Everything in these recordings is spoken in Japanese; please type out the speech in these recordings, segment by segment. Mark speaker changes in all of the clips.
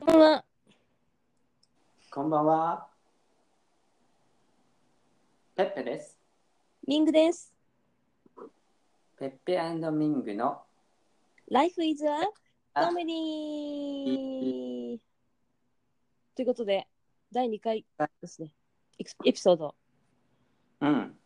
Speaker 1: こんばんは。
Speaker 2: こんばんは。ペッペです。
Speaker 1: ミングです。
Speaker 2: ペッペミングの
Speaker 1: Life is a
Speaker 2: あ
Speaker 1: comedy! ということで、第2回ですね。エクスエピソード。
Speaker 2: うん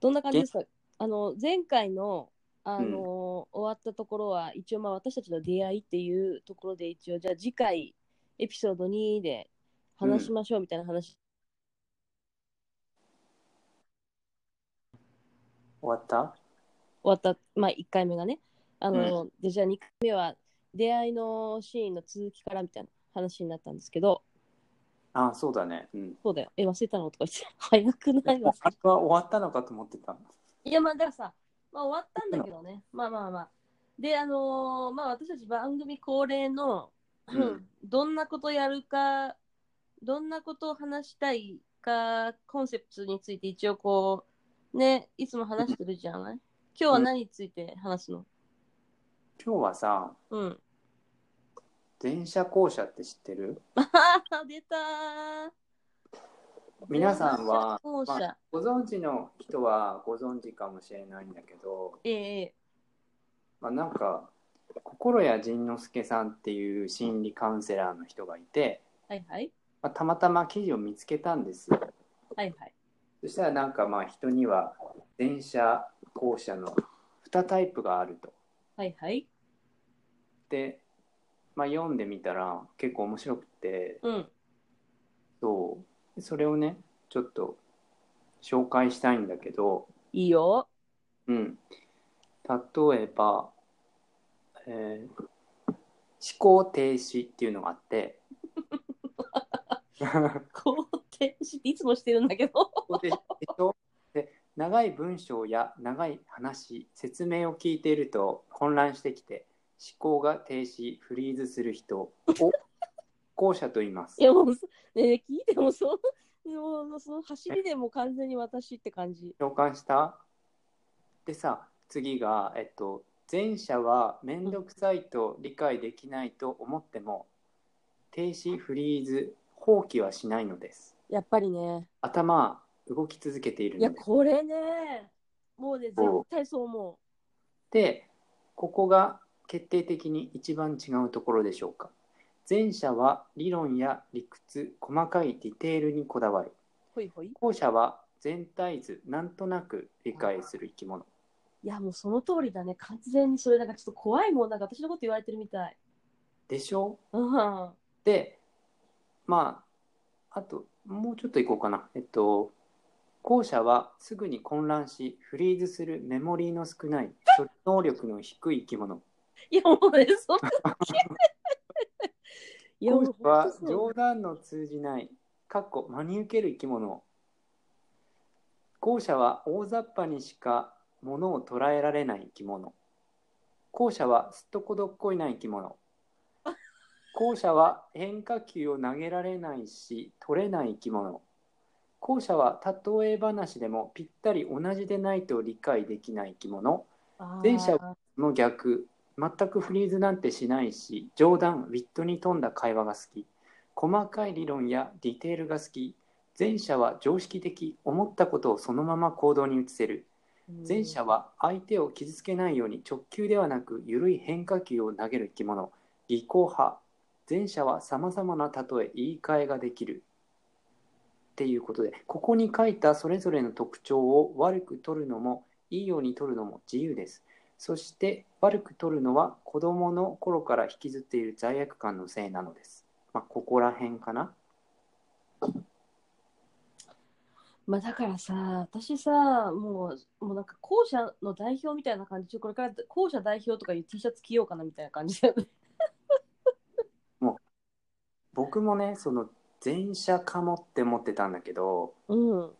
Speaker 1: どんな感じですかあの、前回の、あの、終わったところは、一応、まあ、私たちの出会いっていうところで、一応、じゃあ次回、エピソード2で話しましょうみたいな話。
Speaker 2: 終わった
Speaker 1: 終わった、まあ、1回目がね。あの、で、じゃあ2回目は、出会いのシーンの続きからみたいな話になったんですけど、
Speaker 2: あそうだね。うん。
Speaker 1: そうだよ。え、忘れたのとか言って、早くないわ。
Speaker 2: あれは終わったのかと思ってた。
Speaker 1: いや、まあ、だからさ、まあ、終わったんだけどね。まあまあまあ。で、あのーまあ、私たち番組恒例の、
Speaker 2: うん
Speaker 1: うん どんなことやるか、どんなことを話したいか、コンセプトについて一応こう、ね、いつも話してるじゃない今日は何について話すの
Speaker 2: 今日はさ、
Speaker 1: うん。
Speaker 2: 電車校舎って知ってる
Speaker 1: あはは出たー
Speaker 2: 皆さんは
Speaker 1: 後者後者
Speaker 2: ご存知の人はご存知かもしれないんだけど、
Speaker 1: ええ
Speaker 2: まあ、なんか、心谷仁之助さんっていう心理カウンセラーの人がいて、
Speaker 1: はいはい。
Speaker 2: まあ、たまたま記事を見つけたんですよ。
Speaker 1: はいはい。
Speaker 2: そしたらなんかまあ人には電車校舎の2タイプがあると。
Speaker 1: はいはい。
Speaker 2: で、まあ、読んでみたら結構面白くて
Speaker 1: うん。
Speaker 2: そうそれをねちょっと紹介したいんだけど、
Speaker 1: いいよ。
Speaker 2: うん、例えば、えー思考停止っていうのがあって思
Speaker 1: 肯定していつもしてるんだけど。
Speaker 2: 考停止でしょで長い文章や長い話説明を聞いていると混乱してきて思考が停止フリーズする人を思考者と言います
Speaker 1: い。やもうそ、ねえ、聞いてもその、もうその走りでもう完全に私って感じ。
Speaker 2: 共感したでさ次が、えっと、前者は面倒くさいと理解できないと思っても停止フリーズ放棄はしないのです
Speaker 1: やっぱりね。
Speaker 2: 頭は動き続けている
Speaker 1: いや、
Speaker 2: のです
Speaker 1: これね、もうね、絶
Speaker 2: そう
Speaker 1: 対そう思
Speaker 2: でここが決定的に一番違うところでしょうか前者は理論や理屈細かいディテールにこだわる
Speaker 1: う。ほいほい。
Speaker 2: 後者は全体図なんとなく理解する生き物
Speaker 1: いや、もうその通りだね。完全にそれ、なんかちょっと怖いもん、なんか私のこと言われてるみたい。
Speaker 2: でしょう
Speaker 1: うん。は
Speaker 2: でまああともうちょっといこうかなえっと後者はすぐに混乱しフリーズするメモリーの少ない処理能力の低い生き物
Speaker 1: いや、もうね、そんな。 いや、も
Speaker 2: 後
Speaker 1: う
Speaker 2: 者は
Speaker 1: ほんとそう
Speaker 2: 冗談の通じないかっこ真に受ける生き物後者は大雑把にしかものを捉えられない生き物後者はすっとこどっこいない生き物後者は変化球を投げられないし取れない生き物後者は例え話でもぴったり同じでないと理解できない生き物
Speaker 1: あー
Speaker 2: 前者の逆全くフリーズなんてしないし冗談ウィットに富んだ会話が好き細かい理論やディテールが好き前者は常識的思ったことをそのまま行動に移せる前者は相手を傷つけないように直球ではなく緩い変化球を投げる生き物技巧派前者はさまざまな例え言い換えができるっていうことでここに書いたそれぞれの特徴を悪く取るのもいいように取るのも自由ですそして悪く取るのは子どもの頃から引きずっている罪悪感のせいなのです、まあ、ここら辺かな
Speaker 1: まあだからさ、私さ、もう、もうなんか校舎の代表みたいな感じで、これから校舎代表とかいう T シャツ着ようかなみたいな感じだよね。
Speaker 2: 僕もねその前者かもって思ってたんだけど
Speaker 1: うん。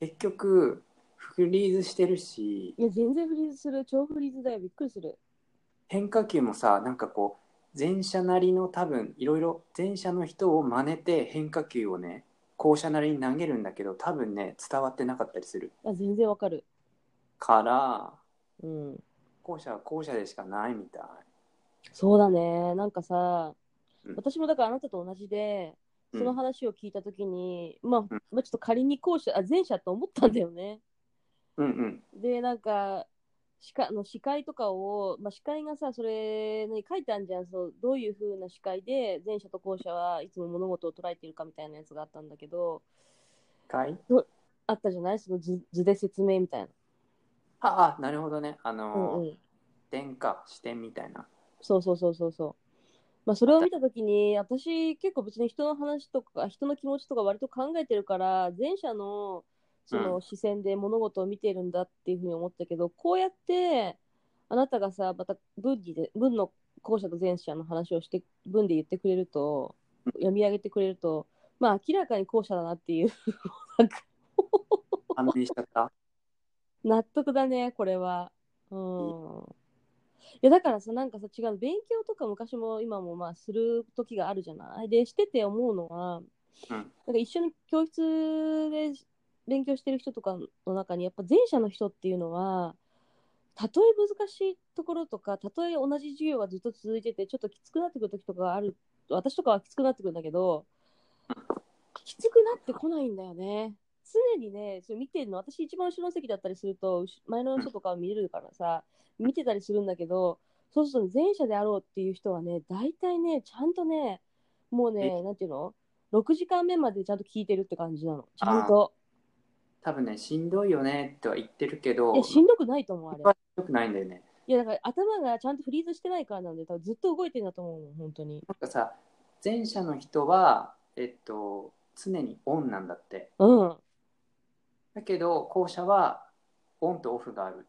Speaker 2: 結局フリーズしてるし
Speaker 1: いや、全然フリーズする。超フリーズだよ。びっくりする。
Speaker 2: 変化球もさなんかこう前者なりの多分いろいろ前者の人を真似て変化球をね後者なりに投げるんだけど多分ね伝わってなかったりする
Speaker 1: あ全然わかる。
Speaker 2: から
Speaker 1: うん。
Speaker 2: 後者は後者でしかないみたい
Speaker 1: そうだね。なんかさ、
Speaker 2: うん
Speaker 1: 私もだからあなたと同じで、
Speaker 2: うん
Speaker 1: その話を聞いたときに、まあ
Speaker 2: ん、
Speaker 1: まあ、ちょっと仮に後者、あ、前者と思ったんだよね。
Speaker 2: うんうん
Speaker 1: で、なんか、司会あの司会とかを、まあ、司会がさ、それに書いてあるじゃん、そうどういう風な司会で、前者と後者はいつも物事を捉えているかみたいなやつがあったんだけど、
Speaker 2: かい
Speaker 1: あったじゃないその図図で説明みたいな。
Speaker 2: ああなるほどねあ
Speaker 1: う
Speaker 2: のー
Speaker 1: んうん。
Speaker 2: 点か視点みたいな
Speaker 1: そうそうそうそうそう。まあ、それを見たときに、私、結構別に人の話とか、人の気持ちとか割と考えてるから、前者のそ
Speaker 2: うん
Speaker 1: の視線で物事を見てるんだっていうふうに思ったけど、こうやって、あなたがさ、また文理で、文の後者と前者の話をして、文で言ってくれると、
Speaker 2: うん
Speaker 1: 読み上げてくれると、まあ、明らかに後者だなっていう、なんか
Speaker 2: 判明しちゃった
Speaker 1: 納得だね、これは。うん。いや、だからさ、なんかさ、違う、勉強とか昔も今もまあ、する時があるじゃない。で、してて思うのは、
Speaker 2: うん
Speaker 1: なんか一緒に教室で勉強してる人とかの中に、やっぱ前者の人っていうのは、たとえ難しいところとか、たとえ同じ授業がずっと続いてて、ちょっときつくなってくる時とかがある。私とかはきつくなってくるんだけど、きつくなってこないんだよね。常にね、それ見てるの、私一番後ろの席だったりすると、うし前の人とかを見れるからさ、見てたりするんだけど、そうすると前者であろうっていう人はね、大体ね、ちゃんとね、もうね、なんていうの ?6 時間目までちゃんと聞いてるって感じなの。ちゃんと。
Speaker 2: 多分ねしんどいよねとは言ってるけど
Speaker 1: いや、しんどくないと思う、あれ。
Speaker 2: よくないんだよね
Speaker 1: いや、だから頭がちゃんとフリーズしてないからなんで、多分ずっと動いてんだと思うもん、本当に。
Speaker 2: なんかさ前者の人はえっと常にオンなんだって
Speaker 1: うん。は
Speaker 2: だけど後者はオンとオフがある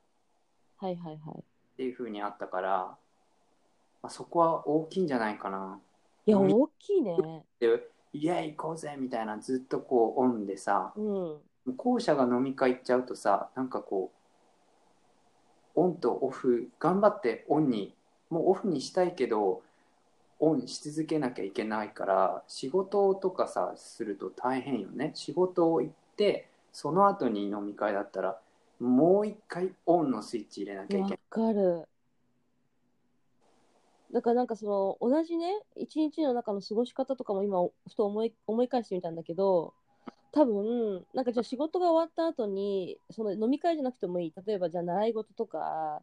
Speaker 1: いはいはい。
Speaker 2: っていう風にあったから、まあ、そこは大きいんじゃないかない
Speaker 1: や、
Speaker 2: うん
Speaker 1: 大きいね。
Speaker 2: で「イエーイ行こうぜ!」みたいなずっとこうオンでさ
Speaker 1: うん。
Speaker 2: 後者が飲み会行っちゃうとさなんかこうオンとオフ頑張ってオンにもうオフにしたいけどオンし続けなきゃいけないから仕事とかさすると大変よね仕事を行ってその後に飲み会だったらもう一回オンのスイッチ入れなきゃい
Speaker 1: わ
Speaker 2: けない
Speaker 1: かる。だからなんかその同じね一日の中の過ごし方とかも今ふと思い思い返してみたんだけど多分なんかじゃあ仕事が終わった後にその飲み会じゃなくてもいい例えばじゃあ習い事とか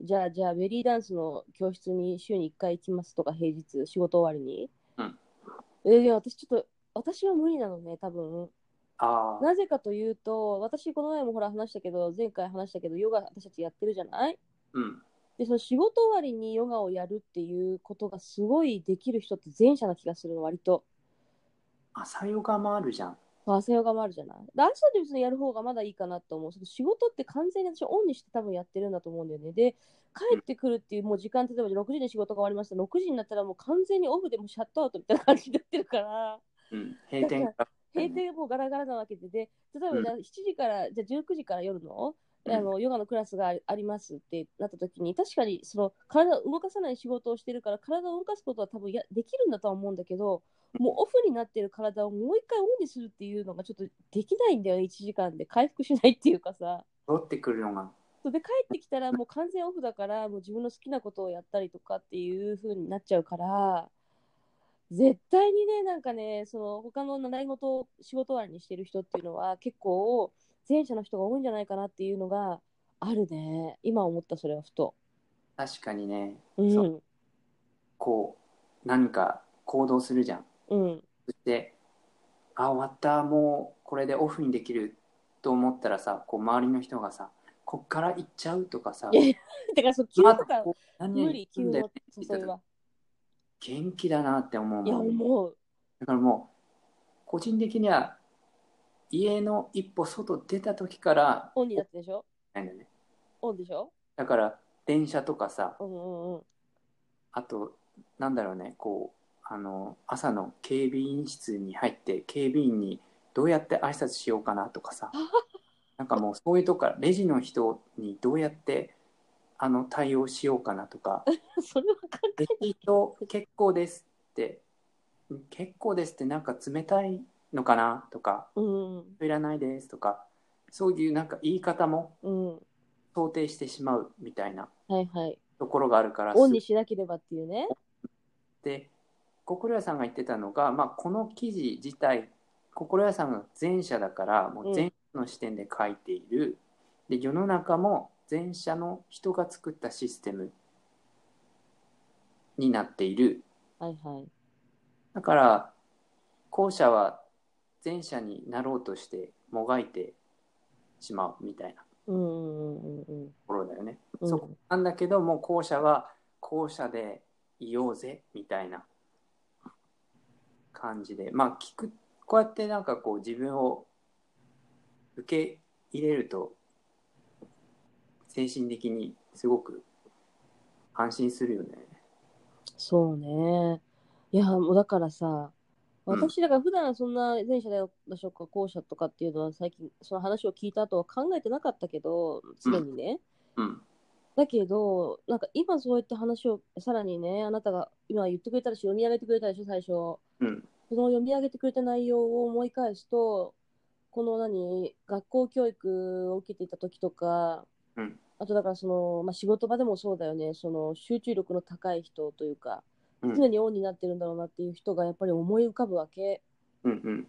Speaker 1: じゃあじゃあベリーダンスの教室に週に1回行きますとか平日仕事終わりに、
Speaker 2: うん
Speaker 1: えいや私ちょっと私は無理なのね多分
Speaker 2: ああ
Speaker 1: なぜかというと私この前もほら話したけど前回話したけどヨガ私たちやってるじゃない
Speaker 2: うん
Speaker 1: でその仕事終わりにヨガをやるっていうことがすごいできる人って前者な気がするの割と
Speaker 2: 朝ヨガもあるじゃん
Speaker 1: 朝ヨガもあるじゃないで朝で別にやる方がまだいいかなと思うその仕事って完全に私オンにして多分やってるんだと思うんだよねで帰ってくるっていうもう時間例えば6時で仕事が終わりました6時になったらもう完全にオフでもうシャットアウトみたいな感じになってるから
Speaker 2: うん、閉店から
Speaker 1: 閉店もうガラガラなわけでで例えばじゃあ7時から、じゃあ19時から夜の
Speaker 2: うん
Speaker 1: あのヨガのクラスがあありますってなった時に確かにその体を動かさない仕事をしてるから体を動かすことは多分やできるんだとは思うんだけどもうオフになってる体をもう一回オンにするっていうのがちょっとできないんだよね1時間で回復しないっていうかさ
Speaker 2: 戻ってくるのが
Speaker 1: そうで帰ってきたらもう完全オフだからもう自分の好きなことをやったりとかっていう風になっちゃうから絶対にねなんかねその他の習い事を仕事終わりにしてる人っていうのは結構前者の人が多いんじゃないかなっていうのがあるね今思ったそれはふと。
Speaker 2: 確かにね
Speaker 1: うん
Speaker 2: そうこう何か行動するじゃん
Speaker 1: ん
Speaker 2: そしてあ終わったもうこれでオフにできると思ったらさこう周りの人がさこっから行っちゃうとかさ
Speaker 1: いやいやだからそう急
Speaker 2: ま
Speaker 1: と
Speaker 2: だ
Speaker 1: か
Speaker 2: こう何々
Speaker 1: 無理急
Speaker 2: 行くんだ
Speaker 1: の
Speaker 2: よねって
Speaker 1: 誘い
Speaker 2: 言っ
Speaker 1: は
Speaker 2: た。時元気だなって思う
Speaker 1: いや
Speaker 2: もん
Speaker 1: 思う。
Speaker 2: だからもう個人的には家の一歩外出た時から
Speaker 1: オンになってでしょ
Speaker 2: ないんだよね
Speaker 1: オンでしょ
Speaker 2: だから電車とかさ
Speaker 1: うんうんう ん。
Speaker 2: あとなんだろうねこうあの朝の警備員室に入って警備員にどうやって挨拶しようかなとかさなんかもうそういうとこからレジの人にどうやってあの対応しようかなとか
Speaker 1: それは考
Speaker 2: レシート結構ですって結構ですってなんか冷たいのかなとか
Speaker 1: えうん
Speaker 2: いらないですとかそういうなんか言い方も
Speaker 1: うん。
Speaker 2: 想定してしまうみたいな
Speaker 1: はいはい。
Speaker 2: ところがあるから
Speaker 1: オンにしなければっていうね。
Speaker 2: で心屋さんが言ってたのが、まあ、この記事自体心屋さんが前者だからもう前者の視点で書いている、で世の中も前者の人が作ったシステムになっている
Speaker 1: はいはい。
Speaker 2: だから後者は前者になろうとしてもがいてしまうみたいなと
Speaker 1: うんうんうんうん
Speaker 2: ころだよね。
Speaker 1: うん。
Speaker 2: そこなんだけどもう後者は後者でいようぜみたいな感じでまあ聞くこうやってなんかこう自分を受け入れると精神的にすごく安心するよね。
Speaker 1: そうね。いや、もうだからさ、
Speaker 2: うん
Speaker 1: 私、だから普段そんな前者だしょうか、後者とかっていうのは最近、その話を聞いた後は考えてなかったけど、常にね。
Speaker 2: うん、
Speaker 1: だけど、なんか今そういった話をさらにね、あなたが今言ってくれたでしょ、読み上げてくれたでしょ、最初。
Speaker 2: うん、
Speaker 1: その読み上げてくれた内容を思い返すと、この何、学校教育を受けていた時とか、
Speaker 2: うん
Speaker 1: あとだからその、まあ、仕事場でもそうだよね、その集中力の高い人というか、
Speaker 2: うん
Speaker 1: 常にオンになってるんだろうなっていう人がやっぱり思い浮かぶわけ。
Speaker 2: うん、うん、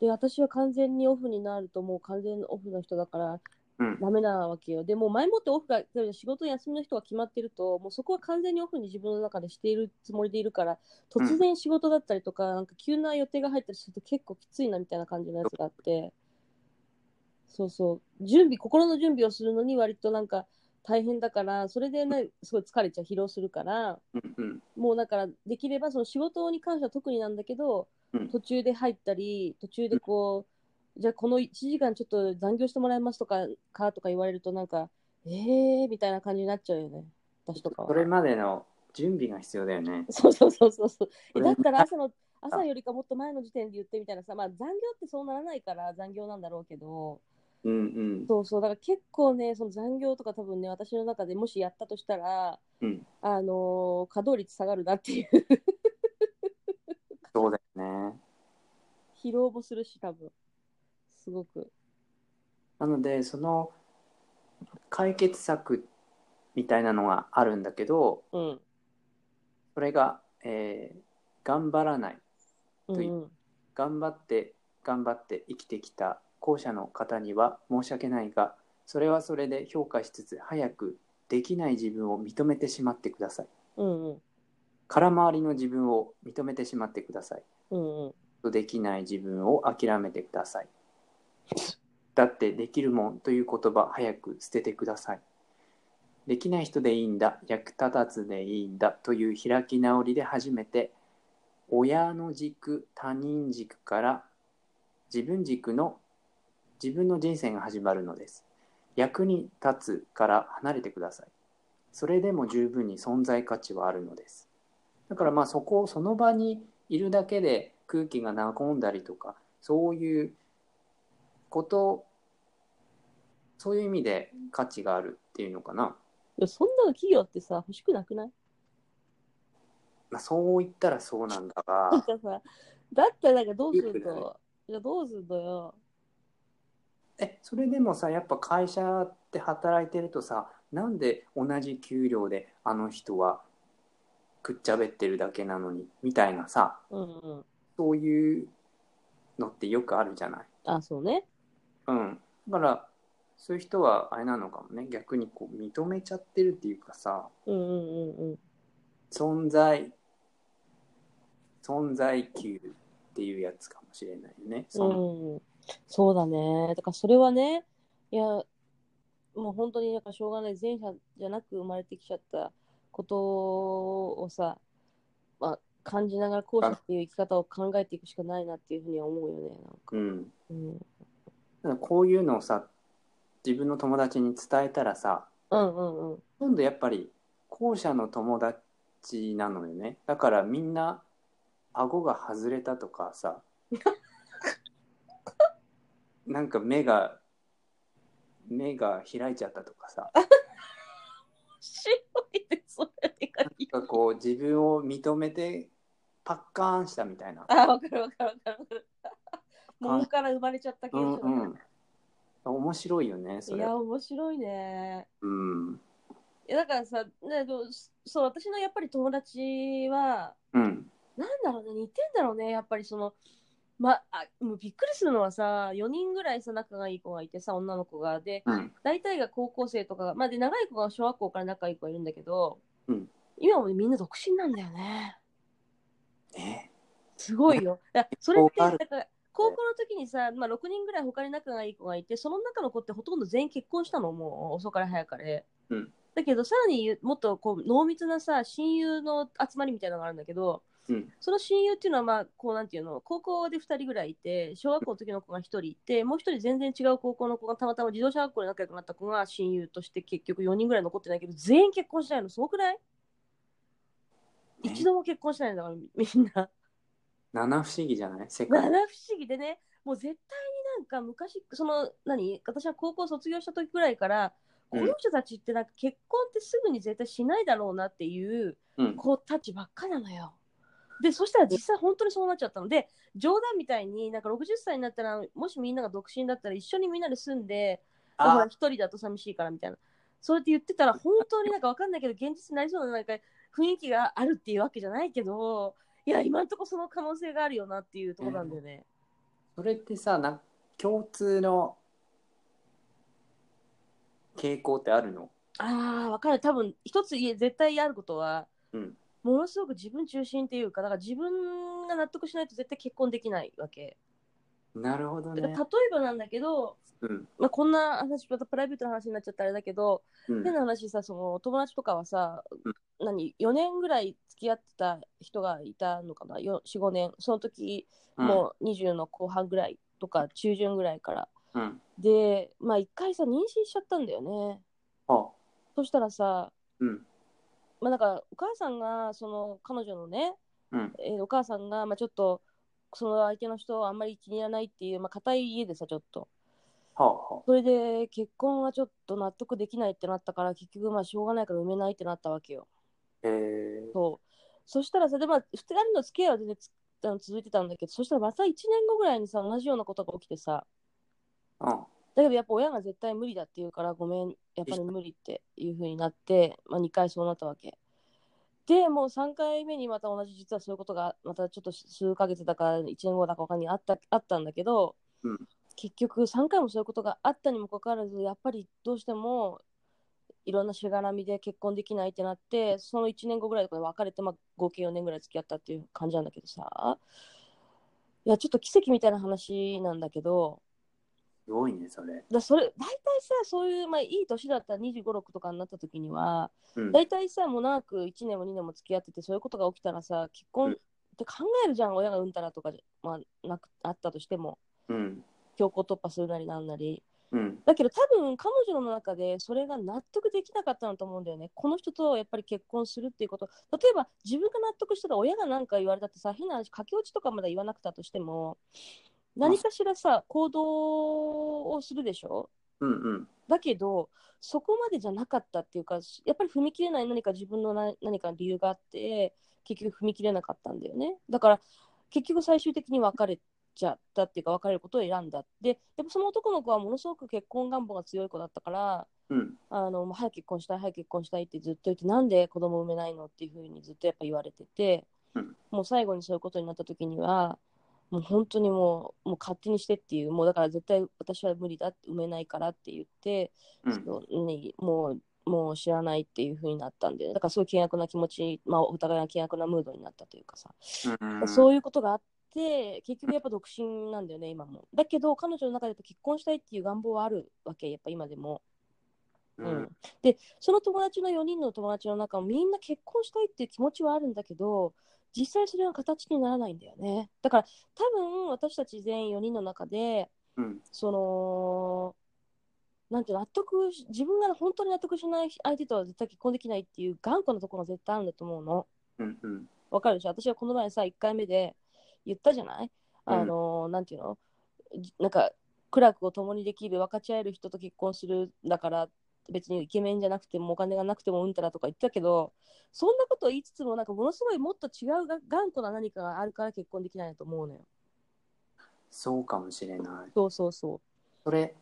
Speaker 1: で、私は完全にオフになると、もう完全にオフの人だから、
Speaker 2: うん、
Speaker 1: ダメなわけよ。でもう前もってオフが、例えば仕事休みの人が決まってると、もうそこは完全にオフに自分の中でしているつもりでいるから、突然仕事だったりとか、なんか急な予定が入ったりすると結構きついなみたいな感じのやつがあって、そうそう、準備、心の準備をするのに割となんか大変だから、それでね、すごい疲れちゃう、疲労するから、
Speaker 2: うん、うん、
Speaker 1: もうだからできればその仕事に関しては特になんだけど、
Speaker 2: うん
Speaker 1: 途中で入ったり途中でこう、じゃあこの1時間ちょっと残業してもらえますとかかとか言われるとなんかえーみたいな感じになっちゃうよね私とか
Speaker 2: そ
Speaker 1: は
Speaker 2: れまでの準備が必要だよね。
Speaker 1: そうそうそうそうそう
Speaker 2: そ
Speaker 1: え
Speaker 2: れ
Speaker 1: だったら朝の朝よりかもっと前の時点で言ってみたいなさ、まあ、残業ってそうならないから残業なんだろうけど
Speaker 2: うん、うん、
Speaker 1: そうそうだから結構ねその残業とか多分ね私の中でもしやったとしたら
Speaker 2: うん、
Speaker 1: あのー稼働率下がるなっていう
Speaker 2: そうだよね。
Speaker 1: 疲労もするし多分すごく
Speaker 2: なのでその解決策みたいなのがあるんだけど
Speaker 1: うん。
Speaker 2: それが、えー頑張らない
Speaker 1: うん
Speaker 2: という
Speaker 1: うん
Speaker 2: 頑張って頑張って生きてきた後者の方には申し訳ないがそれはそれで評価しつつ早くできない自分を認めてしまってください
Speaker 1: うんうん
Speaker 2: 空回りの自分を認めてしまってください
Speaker 1: うんうん
Speaker 2: できない自分を諦めてください。だってできるもんという言葉早く捨ててください。できない人でいいんだ、役立たずでいいんだという開き直りで初めて親の軸、他人軸から自分軸の自分の人生が始まるのです。役に立つから離れてください。それでも十分に存在価値はあるのです。だからまあそこその場にいるだけで空気が和んだりとかそういうことそういう意味で価値があるっていうのかな、
Speaker 1: いやそんなの企業ってさ欲しくなくない
Speaker 2: まあ、そう言ったらそうなんだ
Speaker 1: なん
Speaker 2: が
Speaker 1: かさだったらなんかどうす
Speaker 2: 欲
Speaker 1: る
Speaker 2: しくない
Speaker 1: といやどうするのよ
Speaker 2: えそれでもさやっぱ会社って働いてるとさなんで同じ給料であの人はくっちゃべってるだけなのにみたいなさ
Speaker 1: うんうん
Speaker 2: そういうのってよくあるじゃない。
Speaker 1: あそうね
Speaker 2: うん。だから、そういう人はあれなのかもね。逆にこう認めちゃってるっていうかさ、
Speaker 1: うんうんうんうん
Speaker 2: 存在、存在級っていうやつかもしれないよね。その
Speaker 1: うんそうだねだからそれはねいやもう本当になんかしょうがない前者じゃなく生まれてきちゃったことをさ、まあ、感じながら後者っていう生き方を考えていくしかないなっていうふうには思うよねなんか、
Speaker 2: うん。
Speaker 1: うん、
Speaker 2: だからこういうのをさ、自分の友達に伝えたらさ、
Speaker 1: うんうんうん
Speaker 2: 今度やっぱり後者の友達なのよね。だからみんな、顎が外れたとか さ、なんか目が、目が開いちゃったとかさ、
Speaker 1: 白いでそれがいい。
Speaker 2: なんかこう自分を認めてパッカーンしたみたいな。
Speaker 1: あ、わかるわかるわかるわかる。桃から生まれちゃった系
Speaker 2: う
Speaker 1: でし
Speaker 2: ん
Speaker 1: ょ
Speaker 2: うん。面白いよね、そ
Speaker 1: い
Speaker 2: れ。
Speaker 1: や、面白いね。
Speaker 2: うん。
Speaker 1: いやだからさ、ね、どうそう私のやっぱり友達は、
Speaker 2: うん。
Speaker 1: なんだろうね似てんだろうねやっぱりそのまあもうびっくりするのはさ4人ぐらいさ仲がいい子がいてさ女の子がで
Speaker 2: うん
Speaker 1: 大体が高校生とかがまあで長い子が小学校から仲いい子がいるんだけど、
Speaker 2: うん
Speaker 1: 今もねみんな独身なんだよね
Speaker 2: ね
Speaker 1: すごい よだそれっ
Speaker 2: こう
Speaker 1: て
Speaker 2: な
Speaker 1: だ
Speaker 2: る
Speaker 1: から高校の時にさ、まあ、6人ぐらい他に仲がいい子がいてその中の子ってほとんど全員結婚したのもう遅かれ早かれ、
Speaker 2: うん
Speaker 1: だけどさらに言うもっとこう濃密なさ親友の集まりみたいなのがあるんだけど、
Speaker 2: うん
Speaker 1: その親友っていうのはまあこうなんていうの高校で2人ぐらいいて小学校の時の子が1人いてもう1人全然違う高校の子がたまたま自動車学校で仲良くなった子が親友として結局4人ぐらい残ってないけど全員結婚しないのすごくない
Speaker 2: ね
Speaker 1: 一度も結婚しないんだからみ みんな。
Speaker 2: 七不思議じゃない世
Speaker 1: 七
Speaker 2: 界
Speaker 1: 不思議でねもう絶対になんか昔その何私は高校卒業した時ぐらいからこ
Speaker 2: うん
Speaker 1: の人たちってなんか結婚ってすぐに絶対しないだろうなっていう
Speaker 2: うん
Speaker 1: 子たちばっかなのよ。でそしたら実際本当にそうなっちゃったので冗談みたいになんか60歳になったらもしみんなが独身だったら一緒にみんなで住んでお前
Speaker 2: あ
Speaker 1: 一人だと寂しいからみたいなそうやって言ってたら本当になんかわかんないけど現実になりそうななんか雰囲気があるっていうわけじゃないけどいや今んとこその可能性があるよなっていうところなんだよね。
Speaker 2: それってさな共通の傾向ってあるの
Speaker 1: ああ、わかる。多分、一つ言え絶対あることは、
Speaker 2: うん
Speaker 1: ものすごく自分中心っていうか、だから自分が納得しないと絶対結婚できないわけ。
Speaker 2: なるほど
Speaker 1: だから
Speaker 2: ね
Speaker 1: 例えばなんだけど、
Speaker 2: うん
Speaker 1: まあ、こんな話、またプライベートな話になっちゃったあれだけど、
Speaker 2: うん
Speaker 1: 変な話さ、その友達とかはさ、何、4年ぐらい付き合ってた人がいたのかな、よ4、5年。その時、もう20の後半ぐらいとか、中旬ぐらいから。
Speaker 2: うんうん
Speaker 1: で、まあ、一回さ、妊娠しちゃったんだよね。
Speaker 2: あ
Speaker 1: そしたらさ、
Speaker 2: うん
Speaker 1: まあ、なんかお母さんがその彼女のね、
Speaker 2: うん
Speaker 1: えーお母さんがまあちょっとその相手の人をあんまり気に入らないっていう、まあ、固い家でさちょっと
Speaker 2: はあは
Speaker 1: それで結婚はちょっと納得できないってなったから結局まあしょうがないから産めないってなったわけよ
Speaker 2: あへえ
Speaker 1: そうそしたらさでも2人の付き合いは全然つあの続いてたんだけどそしたらまた1年後ぐらいにさ同じようなことが起きてさ
Speaker 2: うん
Speaker 1: だけどやっぱ親が絶対無理だって言うからごめんやっぱり無理っていう風になって、まあ、2回そうなったわけでもう3回目にまた同じ実はそういうことがまたちょっと数ヶ月だか1年後だかわかんないあったあったんだけど、
Speaker 2: うん
Speaker 1: 結局3回もそういうことがあったにもかかわらずやっぱりどうしてもいろんなしがらみで結婚できないってなってその1年後ぐらいとかで別れて、まあ、合計4年ぐらい付き合ったっていう感じなんだけどさいやちょっと奇跡みたいな話なんだけど
Speaker 2: すごいねそれ
Speaker 1: だそれ大体さそういう、まあ、いい年だったら2 5 6とかになった時には
Speaker 2: うん
Speaker 1: 大体さもう長く1年も2年も付き合っててそういうことが起きたらさ結婚
Speaker 2: うん
Speaker 1: って考えるじゃん、親が産んだらとかじゃ、まあ、なくあったとしても
Speaker 2: うん
Speaker 1: 強行突破するなりなんなり
Speaker 2: うん
Speaker 1: だけど多分彼女の中でそれが納得できなかったんだと思うんだよねこの人とやっぱり結婚するっていうこと例えば自分が納得してた親が何か言われたってさ変な話駆け落ちとかまだ言わなくたとしても何かしらさ行動をするでしょ
Speaker 2: うんうん
Speaker 1: だけど、そこまでじゃなかったっていうか、やっぱり踏み切れない何か自分のな何か理由があって、結局踏み切れなかったんだよね。だから、結局最終的に別れちゃったっていうか、別れることを選んだ。で、やっぱその男の子はものすごく結婚願望が強い子だったから、
Speaker 2: うん
Speaker 1: あのもう早く結婚したい、早く結婚したいってずっと言って、なんで子供産めないのっていうふうにずっとやっぱ言われてて、
Speaker 2: うん
Speaker 1: もう最後にそういうことになった時には、もう本当にもうもう勝手にしてっていう、もうだから絶対私は無理だって、産めないからって言って、
Speaker 2: うん
Speaker 1: そうね、もうもう知らないっていうふうになったんで、だからすごい険悪な気持ち、まあ、お互いが険悪なムードになったというかさ、
Speaker 2: うん
Speaker 1: そういうことがあって、結局やっぱ独身なんだよね、今も。だけど、彼女の中でやっぱ結婚したいっていう願望はあるわけ、やっぱ今でも。
Speaker 2: う
Speaker 1: うん
Speaker 2: ん、
Speaker 1: でその友達の4人の友達の中もみんな結婚したいっていう気持ちはあるんだけど実際それは形にならないんだよねだから多分私たち全員4人の中で
Speaker 2: うん
Speaker 1: そのなんていうの納得し自分が本当に納得しない相手とは絶対結婚できないっていう頑固なところが絶対あるんだと思うの
Speaker 2: うんうん
Speaker 1: わかるでしょ私はこの前さ1回目で言ったじゃない
Speaker 2: うん
Speaker 1: あの、なんていうのじなんか苦楽を共にできる分かち合える人と結婚するんだから別にイケメンじゃなくてもお金がなくてもうんたらとか言ってたけどそんなことを言いつつもなんかものすごいもっと違うが頑固な何かがあるから結婚できないなと思うのよ
Speaker 2: そうかもしれない
Speaker 1: そうそうそ
Speaker 2: それ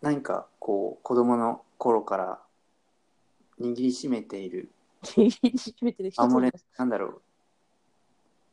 Speaker 2: 何かこう子供の頃から握りしめている
Speaker 1: う締めてる一つ
Speaker 2: 守
Speaker 1: の
Speaker 2: れなんだろう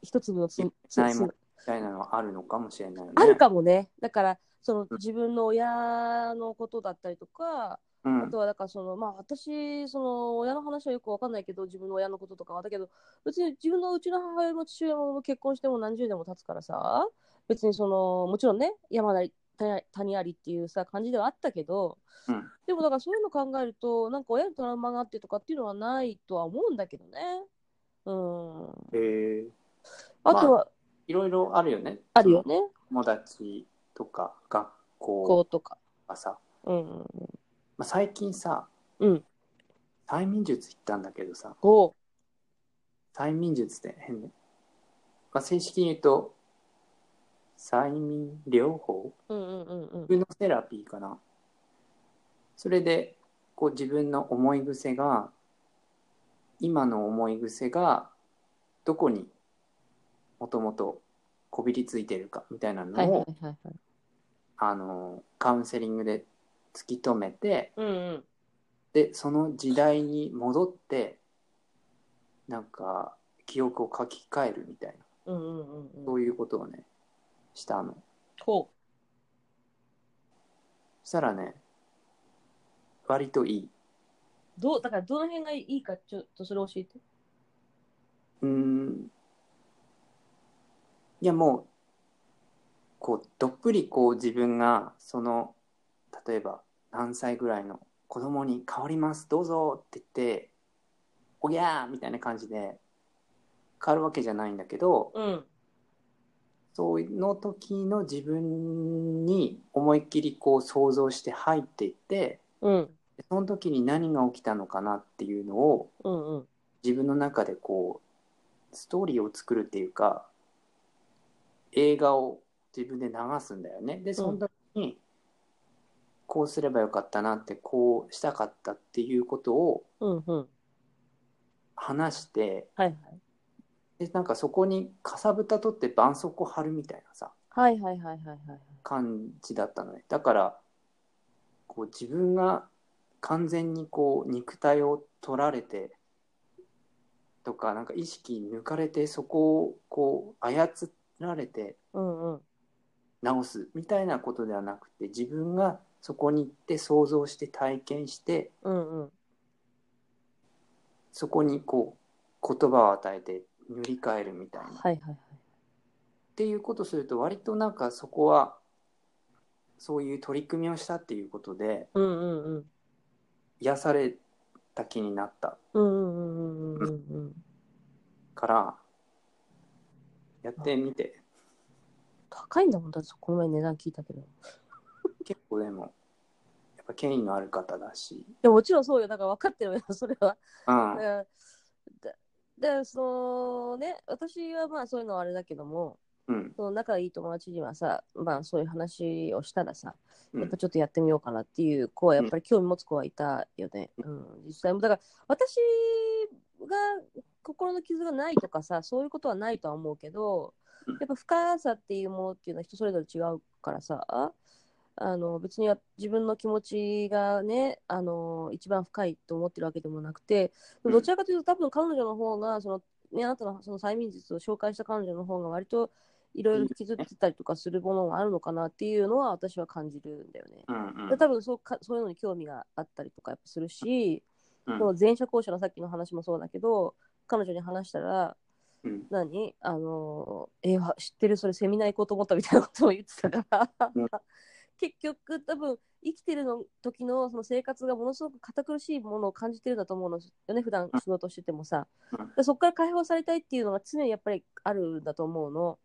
Speaker 1: 一粒のつつ
Speaker 2: ないもん
Speaker 1: つ
Speaker 2: みたいなのはあるのかもしれないよね。
Speaker 1: あるかもね。だから、その
Speaker 2: うん
Speaker 1: 自分の親のことだったりとか、
Speaker 2: うん
Speaker 1: あとはだからその、まあ私、その親の話はよくわかんないけど、自分の親のこととかは、だけど、別に自分のうちの母親も父親も結婚しても何十年も経つからさ、別にその、もちろんね、山なり谷谷ありっていうさ、感じではあったけど、
Speaker 2: うん
Speaker 1: でもだからそういうの考えると、なんか親にトラウマがあってとかっていうのはないとは思うんだけどね。うん。
Speaker 2: えー
Speaker 1: あとは、
Speaker 2: いろいろあるよね。
Speaker 1: あるよ。ね、
Speaker 2: 友達とか学
Speaker 1: こ
Speaker 2: 校
Speaker 1: うとか。
Speaker 2: とかさ、
Speaker 1: うん。
Speaker 2: まあ、最近さ、
Speaker 1: うん。
Speaker 2: 催眠術行ったんだけどさ、
Speaker 1: こう。
Speaker 2: 催眠術って変ね。まあ、正式に言うと、催眠療法
Speaker 1: うんうんうんうん
Speaker 2: 僕のセラピーかな。それで、こう自分の思い癖が、今の思い癖が、どこにもともとこびりついてるかみたいなのを、
Speaker 1: はいはいはいはい。
Speaker 2: あの、カウンセリングで突き止めて、
Speaker 1: うんうん。
Speaker 2: で、その時代に戻って、なんか、記憶を書き換えるみたいな、
Speaker 1: うんうんうん
Speaker 2: そ
Speaker 1: うん。
Speaker 2: ういうことをね、したの。
Speaker 1: こ
Speaker 2: そしたらね、割といい。
Speaker 1: う。どう、だからどの辺がいいか、ちょっとそれ教えて。
Speaker 2: うーんいやもうこうどっぷりこう自分がその例えば何歳ぐらいの子供に変わりますどうぞって言っておぎゃーみたいな感じで変わるわけじゃないんだけど
Speaker 1: うん。
Speaker 2: そういうの時の自分に思いっきりこう想像して入っていって
Speaker 1: うん。
Speaker 2: その時に何が起きたのかなっていうのを
Speaker 1: うんうん。
Speaker 2: 自分の中でこうストーリーを作るっていうか映画を自分で流すんだよねでその時に、こうすればよかったなってこうしたかったっていうことを
Speaker 1: うんうん。
Speaker 2: 話して
Speaker 1: はいはい。
Speaker 2: でなんかそこにかさぶた取って絆創膏貼るみたいなさ
Speaker 1: はいはいはいはいはいはい。
Speaker 2: 感じだったのねだからこう自分が完全にこう肉体を取られてとかなんか意識抜かれてそこをこう操られて
Speaker 1: うんうん。
Speaker 2: 直すみたいなことではなくて自分がそこに行って想像して体験して
Speaker 1: うんうん。
Speaker 2: そこにこう言葉を与えて塗り替えるみたいな。
Speaker 1: はいはいはい。
Speaker 2: っていうことすると割となんかそこはそういう取り組みをしたっていうことで
Speaker 1: うんうんうん。
Speaker 2: 癒された気になった
Speaker 1: うんうんうんうんうんうん。
Speaker 2: からやってみて
Speaker 1: 高いんだもんだって、この前値段聞いたけど。
Speaker 2: 結構でもやっぱ権威のある方だし、
Speaker 1: でももちろんそうよ。だから分かってるよ、それは。
Speaker 2: う
Speaker 1: だ
Speaker 2: ん
Speaker 1: か、ら、だだからそのね、私はまあそういうのはあれだけども、
Speaker 2: うん
Speaker 1: その仲いい友達にはさ、まあ、そういう話をしたらさ、
Speaker 2: うん
Speaker 1: やっぱちょっとやってみようかなっていう子は、やっぱり興味持つ子はいたよね。うん、実際も、だから私が心の傷がないとかさ、そういうことはないとは思うけど
Speaker 2: うん、
Speaker 1: やっぱ深さっていうものっていうのは人それぞれ違うからさ、あの別に自分の気持ちがねあの一番深いと思ってるわけでもなくて
Speaker 2: うん
Speaker 1: どちらかというと多分彼女の方がその、ね、あなたのその催眠術を紹介した彼女の方が割といろいろ引きずってたりとかするものがあるのかなっていうのは私は感じるんだよね。
Speaker 2: うん
Speaker 1: で多分そうかそういうのに興味があったりとかやっぱするし、
Speaker 2: うん
Speaker 1: その前者後者のさっきの話もそうだけど彼女に話したら
Speaker 2: うん
Speaker 1: 何あのーえーわ知ってるそれセミナー行こうと思ったみたいなことを言ってたから
Speaker 2: うん
Speaker 1: 結局多分生きてるの時のその生活がものすごく堅苦しいものを感じてるんだと思うのよね普段仕事しててもさ、
Speaker 2: うん
Speaker 1: だからそこから解放されたいっていうのが常にやっぱりあるんだと思うの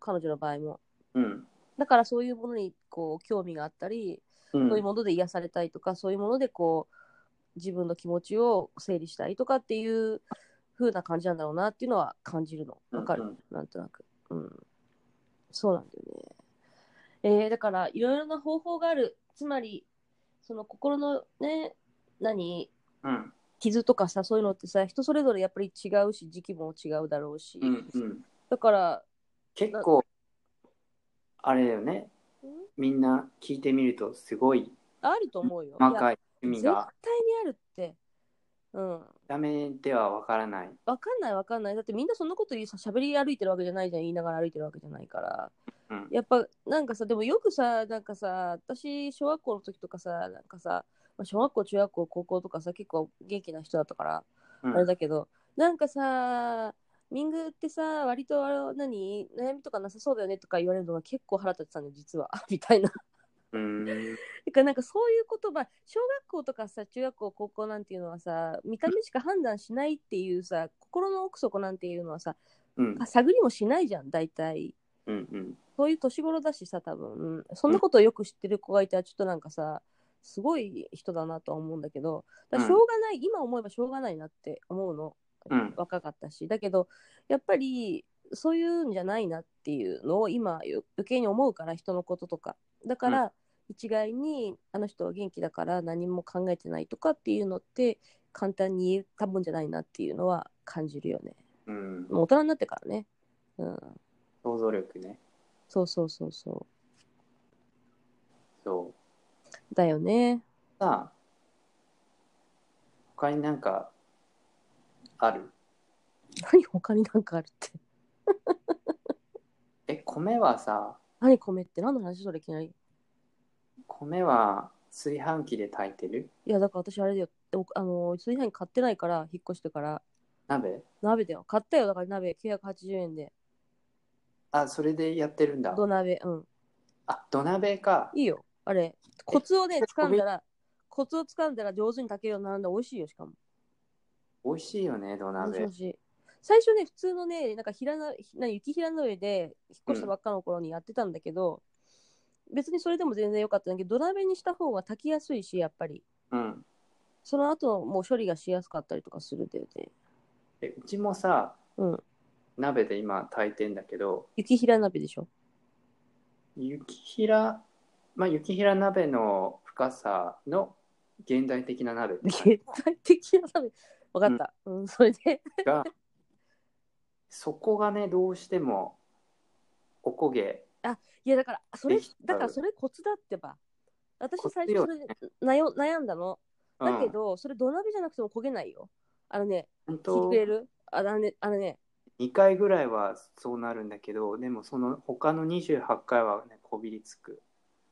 Speaker 1: 彼女の場合も
Speaker 2: うん
Speaker 1: だからそういうものにこう興味があったり
Speaker 2: うん
Speaker 1: そういうもので癒されたいとか、そういうものでこう、自分の気持ちを整理したいとかっていう風な感じなんだろうなっていうのは感じるの。わかる、
Speaker 2: うんうん
Speaker 1: なんとなく。うん。そうなんだよね。えー、だから、いろいろな方法がある。つまり、その心のね、何、
Speaker 2: うん
Speaker 1: 傷とかさ、そういうのってさ、人それぞれやっぱり違うし、時期も違うだろうし。
Speaker 2: うんうん
Speaker 1: だから、
Speaker 2: 結構あれだよねみんな聞いてみるとすごい
Speaker 1: あると思うよ。
Speaker 2: 細かい
Speaker 1: いや
Speaker 2: 趣味
Speaker 1: 絶対に
Speaker 2: が
Speaker 1: あるって。うん。
Speaker 2: ダメではわからない。
Speaker 1: わかんないわかんない。だってみんなそんなこと言うさ、喋り歩いてるわけじゃないじゃん。言いながら歩いてるわけじゃないから。
Speaker 2: うん
Speaker 1: やっぱ、なんかさ、でもよくさ、なんかさ、私、小学校の時とかさ、なんかさ、まあ、小学校、中学校、高校とかさ、結構元気な人だったから、
Speaker 2: うん
Speaker 1: あれだけど、なんかさ、ミングってさ、割とあれ、何、悩みとかなさそうだよねとか言われるのが結構腹立ってたのよ、実は。 みたいな。
Speaker 2: うーん
Speaker 1: てかなんかそういう言葉小学校とかさ中学校高校なんていうのはさ見た目しか判断しないっていうさ心の奥底なんていうのはさ
Speaker 2: うん
Speaker 1: あ探りもしないじゃん大体
Speaker 2: うんうん
Speaker 1: そういう年頃だしさ多分そんなことをよく知ってる子がいたらちょっとなんかさすごい人だなとは思うんだけどだからしょうがない、今思えばしょうがないなって思うの、
Speaker 2: うん
Speaker 1: 若かったしだけどやっぱりそういうんじゃないなっていうのを今よ余計に思うから人のこととかだから、一概にあの人は元気だから何も考えてないとかっていうのって簡単に言えたもんじゃないなっていうのは感じるよね
Speaker 2: うん
Speaker 1: もう大人になってからねうん
Speaker 2: 想像力ね
Speaker 1: そうそうそうそ
Speaker 2: そう
Speaker 1: うだよね
Speaker 2: さあ他になんかある
Speaker 1: 何他になんかあるって
Speaker 2: え米はさ
Speaker 1: 何米って何の話それいきなり
Speaker 2: 米は炊飯器で炊いてる
Speaker 1: いやだから私あれだよおあの炊飯器買ってないから引っ越してから
Speaker 2: 鍋
Speaker 1: 鍋だよ買ったよだから鍋980円で
Speaker 2: あそれでやってるんだ
Speaker 1: 土鍋うん
Speaker 2: あ土鍋か
Speaker 1: いいよあれコツをね掴んだらコツを掴んだら上手に炊けるようになるんだ美味しいよしかも
Speaker 2: 美味しいよね土
Speaker 1: もし
Speaker 2: 鍋
Speaker 1: もし最初ね普通のねなんか平なひな雪平の上で引っ越したばっかの頃にやってたんだけど、別にそれでも全然良かったんだけど土鍋にした方が炊きやすいしやっぱり
Speaker 2: うん
Speaker 1: その後もう処理がしやすかったりとかするんだよね
Speaker 2: えうちもさ、
Speaker 1: うん
Speaker 2: 鍋で今炊いてんだけど
Speaker 1: 雪平鍋でしょ
Speaker 2: 雪平まあ雪平鍋の深さの現代的な鍋って感じ
Speaker 1: 絶対的な鍋分かった、うんそれで
Speaker 2: がそこがねどうしてもおこげ
Speaker 1: いやだからそれ
Speaker 2: ぜひ
Speaker 1: だからそれコツだってば私
Speaker 2: コツ
Speaker 1: 最初
Speaker 2: よ
Speaker 1: それ悩悩んだの
Speaker 2: う
Speaker 1: だけ
Speaker 2: ん
Speaker 1: ど、それ土鍋じゃなくても焦げないよあのね
Speaker 2: 本
Speaker 1: 聞いて
Speaker 2: 当
Speaker 1: くれるあのねあのね
Speaker 2: 2回ぐらいはそうなるんだけどでもその他の28回はねこびりつく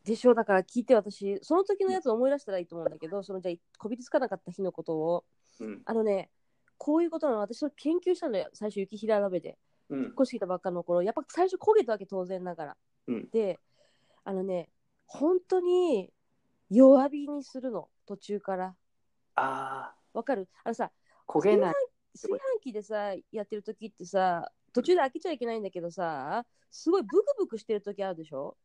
Speaker 1: でしょだから聞いて私その時のやつを思い出したらいいと思うんだけどそのじゃあこびりつかなかった日のことを
Speaker 2: うん
Speaker 1: あのねこういうことなの私それ研究したのよ最初雪平鍋で
Speaker 2: うん
Speaker 1: 越してきたばっかの頃やっぱ最初焦げたわけ当然ながら、
Speaker 2: うん
Speaker 1: であのね本当に弱火にするの途中から
Speaker 2: ああ
Speaker 1: わかるあのさ
Speaker 2: 焦げない
Speaker 1: 炊飯器でさやってる時ってさ途中で開けちゃいけないんだけどさすごいブクブクしてる時あるでしょ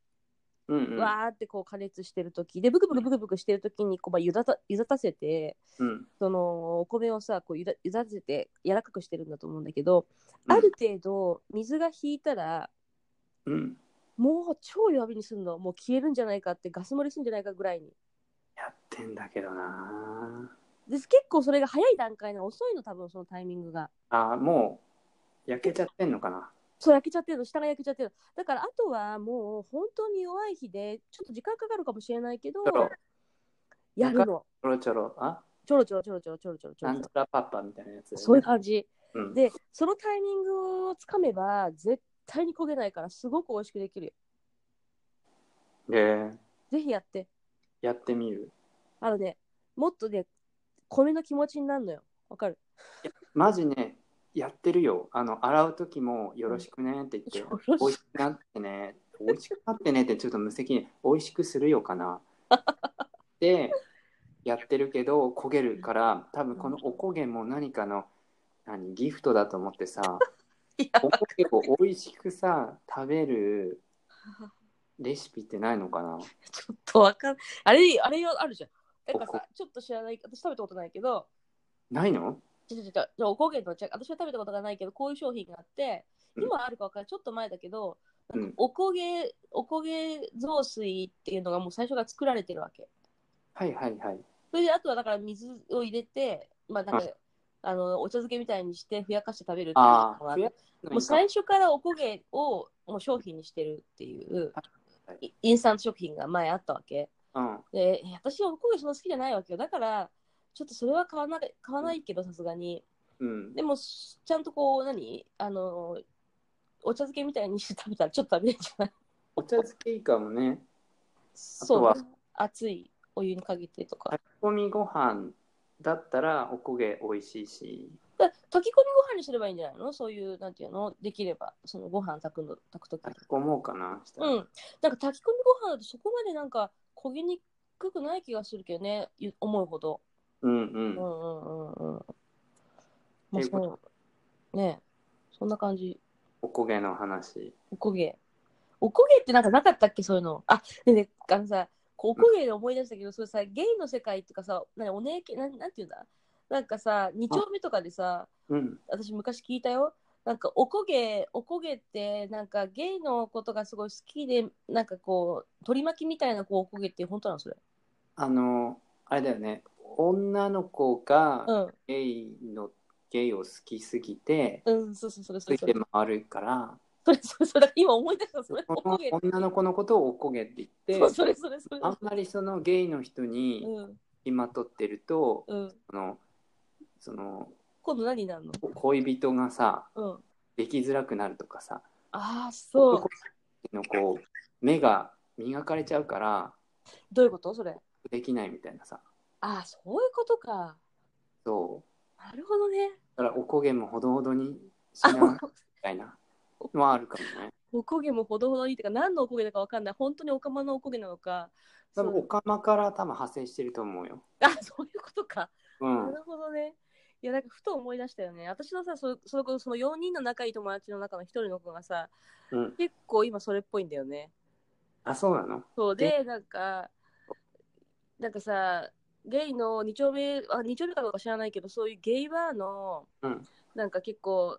Speaker 2: うんうん
Speaker 1: わーってこう加熱してる時でブクブクブクブクしてる時にこう、まあ、ゆだたゆだたせて
Speaker 2: うん
Speaker 1: そのお米をさこうゆだゆだせて柔らかくしてるんだと思うんだけど、
Speaker 2: うん
Speaker 1: ある程度水が引いたら
Speaker 2: うん
Speaker 1: もう超弱火にするのもう消えるんじゃないかってガス漏れするんじゃないかぐらいに
Speaker 2: やってんだけどな
Speaker 1: で結構それが早い段階なの遅いの多分そのタイミングが
Speaker 2: ああもう焼けちゃってんのかな
Speaker 1: そう焼けちゃってるの下が焼けちゃってるのだからあとはもう本当に弱い日でちょっと時間かかるかもしれないけど
Speaker 2: ちょろ
Speaker 1: やるの
Speaker 2: ちょろちょろあ
Speaker 1: ちょろちょろちょろちょろちょろちょろちょ
Speaker 2: な
Speaker 1: ろ
Speaker 2: んとかパパみたいなやつだよね
Speaker 1: そういう感じ
Speaker 2: うん
Speaker 1: でそのタイミングをつかめば絶対に焦げないからすごく美味しくできるよ
Speaker 2: で
Speaker 1: ぜひやって
Speaker 2: やってみる
Speaker 1: あのねもっとね米の気持ちになるのよわかる
Speaker 2: マジね、やってるよ。あの、洗う時もよろしくねって言って、
Speaker 1: よろし
Speaker 2: 美味しくなってね、美味しくなってねってちょっと無責任、美味しくするよ かな。で、やってるけど、焦げるから、多分このおこげも何かの、何、ギフトだと思ってさ、
Speaker 1: いや
Speaker 2: おこげを美味しくさ、食べるレシピってないのかな
Speaker 1: ちょっとわかんあれあれよあるじゃんなんか
Speaker 2: おこ
Speaker 1: さちょっと知らない私食べたことないけど
Speaker 2: ないの
Speaker 1: ちょちょちょちょおこげの茶私は食べたことがないけどこういう商品があって
Speaker 2: うん
Speaker 1: 今あるかわかんないちょっと前だけど
Speaker 2: うん
Speaker 1: なんかおこげおこげ雑炊っていうのがもう最初から作られてるわけ
Speaker 2: はいはいはい。
Speaker 1: それであとはだから水を入れて、まあなんか
Speaker 2: は
Speaker 1: あのお茶漬けみたいにしてふやかして食べるっていうの
Speaker 2: あ
Speaker 1: が
Speaker 2: あ、
Speaker 1: もう最初からおこげをもう商品にしてるっていう
Speaker 2: はい
Speaker 1: インスタント食品が前あったわけ
Speaker 2: うん。
Speaker 1: でえ私はおこげそんな好きじゃないわけよだからちょっとそれは買わない買わないけどさすがに
Speaker 2: うん
Speaker 1: でもしちゃんとこう何あのお茶漬けみたいにして食べたらちょっと食べれるんじゃない
Speaker 2: お茶漬けいいかもねあと
Speaker 1: そう
Speaker 2: は
Speaker 1: ね熱いお湯にかけてとか
Speaker 2: 炊き込みご飯だったらおこげ美味しいし
Speaker 1: だ炊き込みご飯にすればいいんじゃないのそういうなんていうのできればそのご飯炊くの炊くとき
Speaker 2: 炊き込もうかなしたら
Speaker 1: うん、なんか炊き込みご飯だとそこまでなんか焦げにくくない気がするけどねゆ思うほど
Speaker 2: うんう
Speaker 1: うん
Speaker 2: ん
Speaker 1: うんうんうんま
Speaker 2: っ
Speaker 1: あ
Speaker 2: ていうこ
Speaker 1: そうねそんな感じ
Speaker 2: おこげの話
Speaker 1: おこげおこげってなんかなかったっけそういうのあでねあのさこうおこげで思い出したけどそれさゲイの世界っていうかさ何お姉系なんなんていうんだなんかさ2丁目とかでさ
Speaker 2: うん
Speaker 1: 私昔聞いたよなんかおこげおこげってなんかゲイのことがすごい好きでなんかこう取り巻きみたいなこうおこげって本当なのそれ
Speaker 2: あのあれだよね女の子
Speaker 1: う
Speaker 2: が
Speaker 1: ん
Speaker 2: ゲイのゲイを好きすぎて
Speaker 1: うんそうそうそれそ
Speaker 2: つ
Speaker 1: れ
Speaker 2: い
Speaker 1: そ
Speaker 2: て
Speaker 1: れ
Speaker 2: 回るから
Speaker 1: それそれそれ今思い出したそれお
Speaker 2: こ
Speaker 1: こ
Speaker 2: の
Speaker 1: げって
Speaker 2: 女の子のことをおこげって言
Speaker 1: そう
Speaker 2: って
Speaker 1: それそれそれ
Speaker 2: あんまりそのゲイの人
Speaker 1: う
Speaker 2: に
Speaker 1: ん
Speaker 2: 今とってると
Speaker 1: うん
Speaker 2: そのその
Speaker 1: 今度何になるの
Speaker 2: 恋人がさ
Speaker 1: うん
Speaker 2: できづらくなるとかさ
Speaker 1: ああそう
Speaker 2: のこう目が磨かれちゃうから
Speaker 1: どういうことそれ
Speaker 2: できないみたいなさ
Speaker 1: ああそういうことか
Speaker 2: そう
Speaker 1: なるほどね
Speaker 2: だからおこげもほどほどにしなみたいなのはあるかもね。
Speaker 1: おこげもほどほどにってか何のおこげだかわかんない本当におかまのおこげなのか
Speaker 2: 多
Speaker 1: そ
Speaker 2: 分お
Speaker 1: う
Speaker 2: かまから多分派生してると思うよ。
Speaker 1: あそういうことか
Speaker 2: うん
Speaker 1: なるほどね。いや、なんかふと思い出したよね。私のさ、そその子、その4人の仲いい友達の中の1人の子がさ、
Speaker 2: うん、
Speaker 1: 結構今それっぽいんだよね。
Speaker 2: あそうなの
Speaker 1: そうで、なんか、なんかさ、ゲイの2丁目、あ、2丁目かどうか知らないけど、そういうゲイバーの、
Speaker 2: うん
Speaker 1: なんか結構、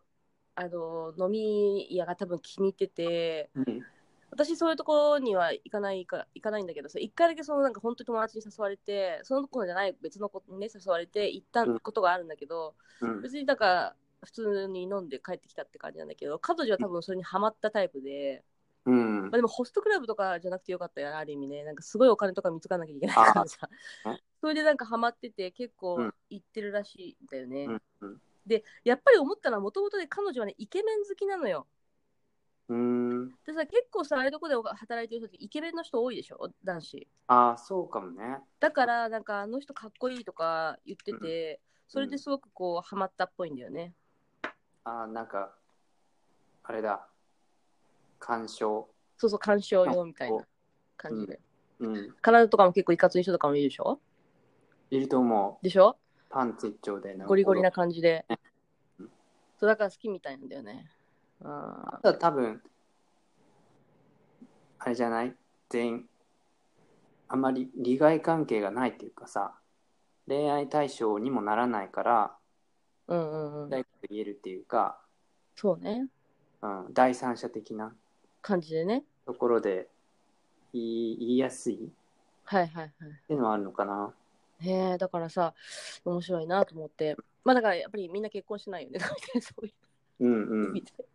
Speaker 1: あの、飲み屋が多分気に入ってて、
Speaker 2: うん
Speaker 1: 私そういうところには行かないか行かないんだけどさ一回だけそのなんか本当に友達に誘われてその子じゃない別の子にね誘われて行ったことがあるんだけど、
Speaker 2: うん
Speaker 1: 別になんか普通に飲んで帰ってきたって感じなんだけど彼女は多分それにハマったタイプで、
Speaker 2: うん
Speaker 1: まあ、でもホストクラブとかじゃなくてよかったよねある意味ねなんかすごいお金とか見つかんなきゃいけないからさ
Speaker 2: あー
Speaker 1: それでなんかハマってて結
Speaker 2: う
Speaker 1: 構
Speaker 2: ん
Speaker 1: 行ってるらしいんだよね、
Speaker 2: うんうん
Speaker 1: でやっぱり思ったのはもともとね彼女はねイケメン好きなのよ
Speaker 2: うん
Speaker 1: でさ結構さああいうとこで働いてる人ってイケメンの人多いでしょ男子
Speaker 2: ああそうかもね。
Speaker 1: だからなんかあの人かっこいいとか言ってて、それですごくこうハマったっぽいんだよね、
Speaker 2: あーなんかあれだ鑑賞。
Speaker 1: そうそう鑑賞用みたいな感じで、
Speaker 2: うん、
Speaker 1: カナダとかも結構いかつい人とかもいるでしょ
Speaker 2: いると思
Speaker 1: でしょ
Speaker 2: うパンツ一丁でなんか
Speaker 1: ゴリゴリな感じで
Speaker 2: うん。
Speaker 1: そうだから好きみたいなんだよね。あ
Speaker 2: ただ多分あれじゃない全あんまり利害関係がないっていうかさ恋愛対象にもならないから
Speaker 1: ーうんうんうん。
Speaker 2: 大こと言えるっていうか、
Speaker 1: そうね。
Speaker 2: うん、第三者的な
Speaker 1: 感じでね。
Speaker 2: ところで言い言いやすいっ
Speaker 1: はいはいはい。
Speaker 2: ていうのはあるのかな
Speaker 1: ねえ、だからさ、面白いなと思って。まあだからやっぱりみんな結婚しないよね。 そうい
Speaker 2: うんう
Speaker 1: うんみたい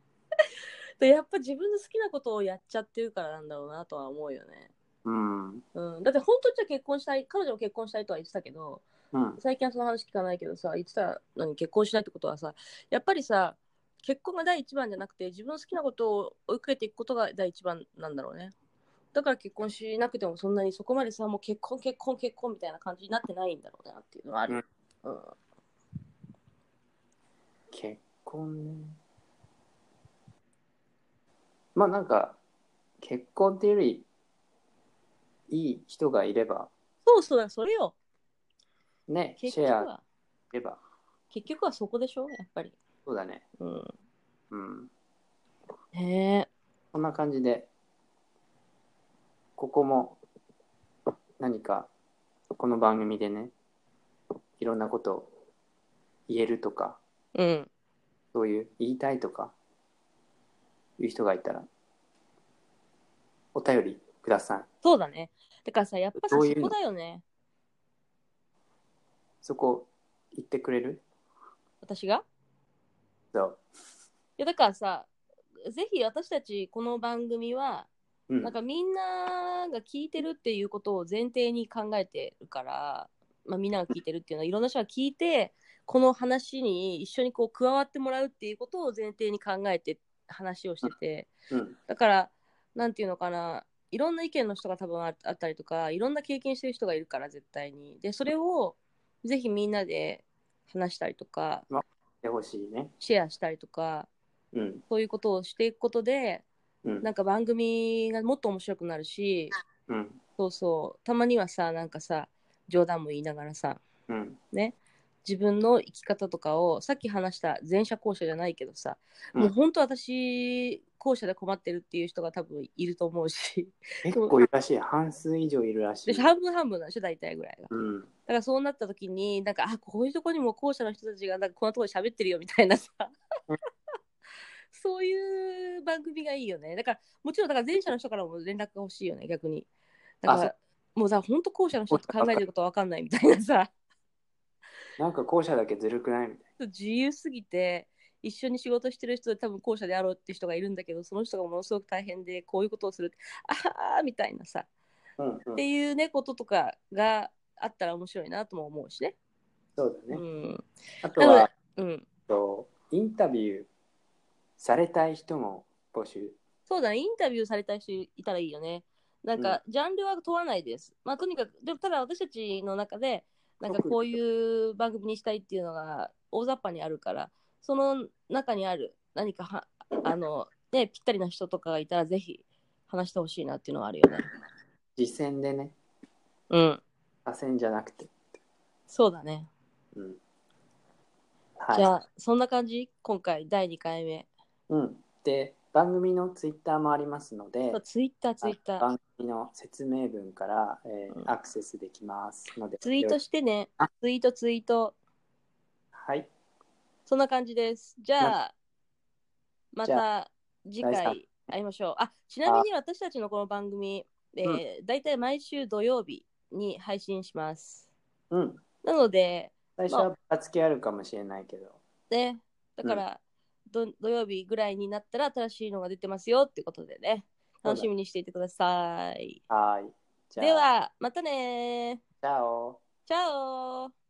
Speaker 1: でやっぱ自分の好きなことをやっちゃってるからなんだろうなとは思うよね。
Speaker 2: うん
Speaker 1: うん、だって本当にじゃあ結婚したい彼女も結婚したいとは言ってたけど、
Speaker 2: うん
Speaker 1: 最近はその話聞かないけどさ言ってたのに結婚しないってことはさやっぱりさ結婚が第一番じゃなくて自分の好きなことを追いかけていくことが第一番なんだろうねだから結婚しなくてもそんなにそこまでさもう結婚結婚結婚みたいな感じになってないんだろうなっていうのはある、うん
Speaker 2: 結婚ねまあなんか結婚っていうよりいい人がいれば
Speaker 1: そうそうだそれよ
Speaker 2: ねシ
Speaker 1: 結局
Speaker 2: ェアい
Speaker 1: は
Speaker 2: れば
Speaker 1: 結局はそこでしょやっぱり、
Speaker 2: そうだね
Speaker 1: うん、
Speaker 2: うん
Speaker 1: ね
Speaker 2: こんな感じで、ここも何かこの番組でね、いろんなこと言えるとか、
Speaker 1: えうん
Speaker 2: そういう言いたいとか、いう人がいたら、お便りください。
Speaker 1: そうだねだからさやっぱさ
Speaker 2: どうい
Speaker 1: そう
Speaker 2: の
Speaker 1: こだよね
Speaker 2: そこ言ってくれる
Speaker 1: 私が
Speaker 2: そう。
Speaker 1: いやだからさぜひ私たちこの番組は
Speaker 2: うん
Speaker 1: なん。かみんなが聞いてるっていうことを前提に考えてるから、まあ、みんなが聞いてるっていうのはいろんな人が聞いてこの話に一緒にこう加わってもらうっていうことを前提に考えて話をしてて
Speaker 2: うん
Speaker 1: だからなんていうのかないろんな意見の人が多分ああったりとかいろんな経験してる人がいるから絶対にでそれをぜひみんなで話したりとか
Speaker 2: でほしいね。
Speaker 1: シェアしたりとか
Speaker 2: うん
Speaker 1: そういうことをしていくことで
Speaker 2: うん
Speaker 1: なんか番組がもっと面白くなるし
Speaker 2: うん
Speaker 1: そうそうたまにはさなんかさ冗談も言いながらさ
Speaker 2: うん
Speaker 1: 自分の生き方とかをさっき話した前者後者じゃないけどさ、
Speaker 2: うん
Speaker 1: もう本当私後者で困ってるっていう人が多分いると思うし
Speaker 2: 結構いるらしい半数以上いるらしい
Speaker 1: で。半分半分なんでしょ大体ぐらいがだ
Speaker 2: うん
Speaker 1: からそうなった時になんかあこういうとこにも後者の人たちがなんかこんなとこで喋ってるよみたいなさ
Speaker 2: うん
Speaker 1: そういう番組がいいよねだからもちろんだから前者の人からも連絡が欲しいよね逆にだか
Speaker 2: あ
Speaker 1: らもうさ本当後者の人って考えてることわかんないみたいなさ
Speaker 2: なんか後者だけずるくないみたい
Speaker 1: 自由すぎて一緒に仕事してる人で多分後者であろうって人がいるんだけどその人がものすごく大変でこういうことをするああみたいなさ、
Speaker 2: な。うんう
Speaker 1: っ
Speaker 2: ん
Speaker 1: ていうねこととかがあったら面白いなとも思うしね。
Speaker 2: そう
Speaker 1: う
Speaker 2: だね。
Speaker 1: ん、
Speaker 2: あとは
Speaker 1: うん、
Speaker 2: とインタビューされたい人も募集。
Speaker 1: そうだねインタビューされたい人いたらいいよね。なんか、ジャンルは問わないです。まあとにかくでもただ私たちの中でなんかこういう番組にしたいっていうのが大雑把にあるからその中にある何かはあの、ね、ぴったりな人とかがいたらぜひ話してほしいなっていうのはあるよね。
Speaker 2: 実践でね、
Speaker 1: うん、
Speaker 2: 螺旋じゃなくて。
Speaker 1: そうだね。
Speaker 2: うん。はい。
Speaker 1: じゃあそんな感じ今回第2回目。
Speaker 2: うん、で番組のツイッターもありますので
Speaker 1: ツイッターツイッター。
Speaker 2: 番組の説明文から、えー
Speaker 1: うん
Speaker 2: アクセスできますので
Speaker 1: ツイートしてね
Speaker 2: あ。
Speaker 1: ツイートツイート。
Speaker 2: はい
Speaker 1: そんな感じです。じゃあ、ま
Speaker 2: じゃ
Speaker 1: た次
Speaker 2: 第三
Speaker 1: 回会いましょう。あ、ちなみに私たちのこの番組、えーだいたい毎週土曜日に配信します。
Speaker 2: うん
Speaker 1: なので、
Speaker 2: 最初はばらつきあるかもしれないけど
Speaker 1: ね、だから、ど土曜日ぐらいになったら新しいのが出てますよってことでね、楽しみにしていてください。
Speaker 2: はいじゃあ
Speaker 1: では、またね
Speaker 2: チャオ
Speaker 1: チャオ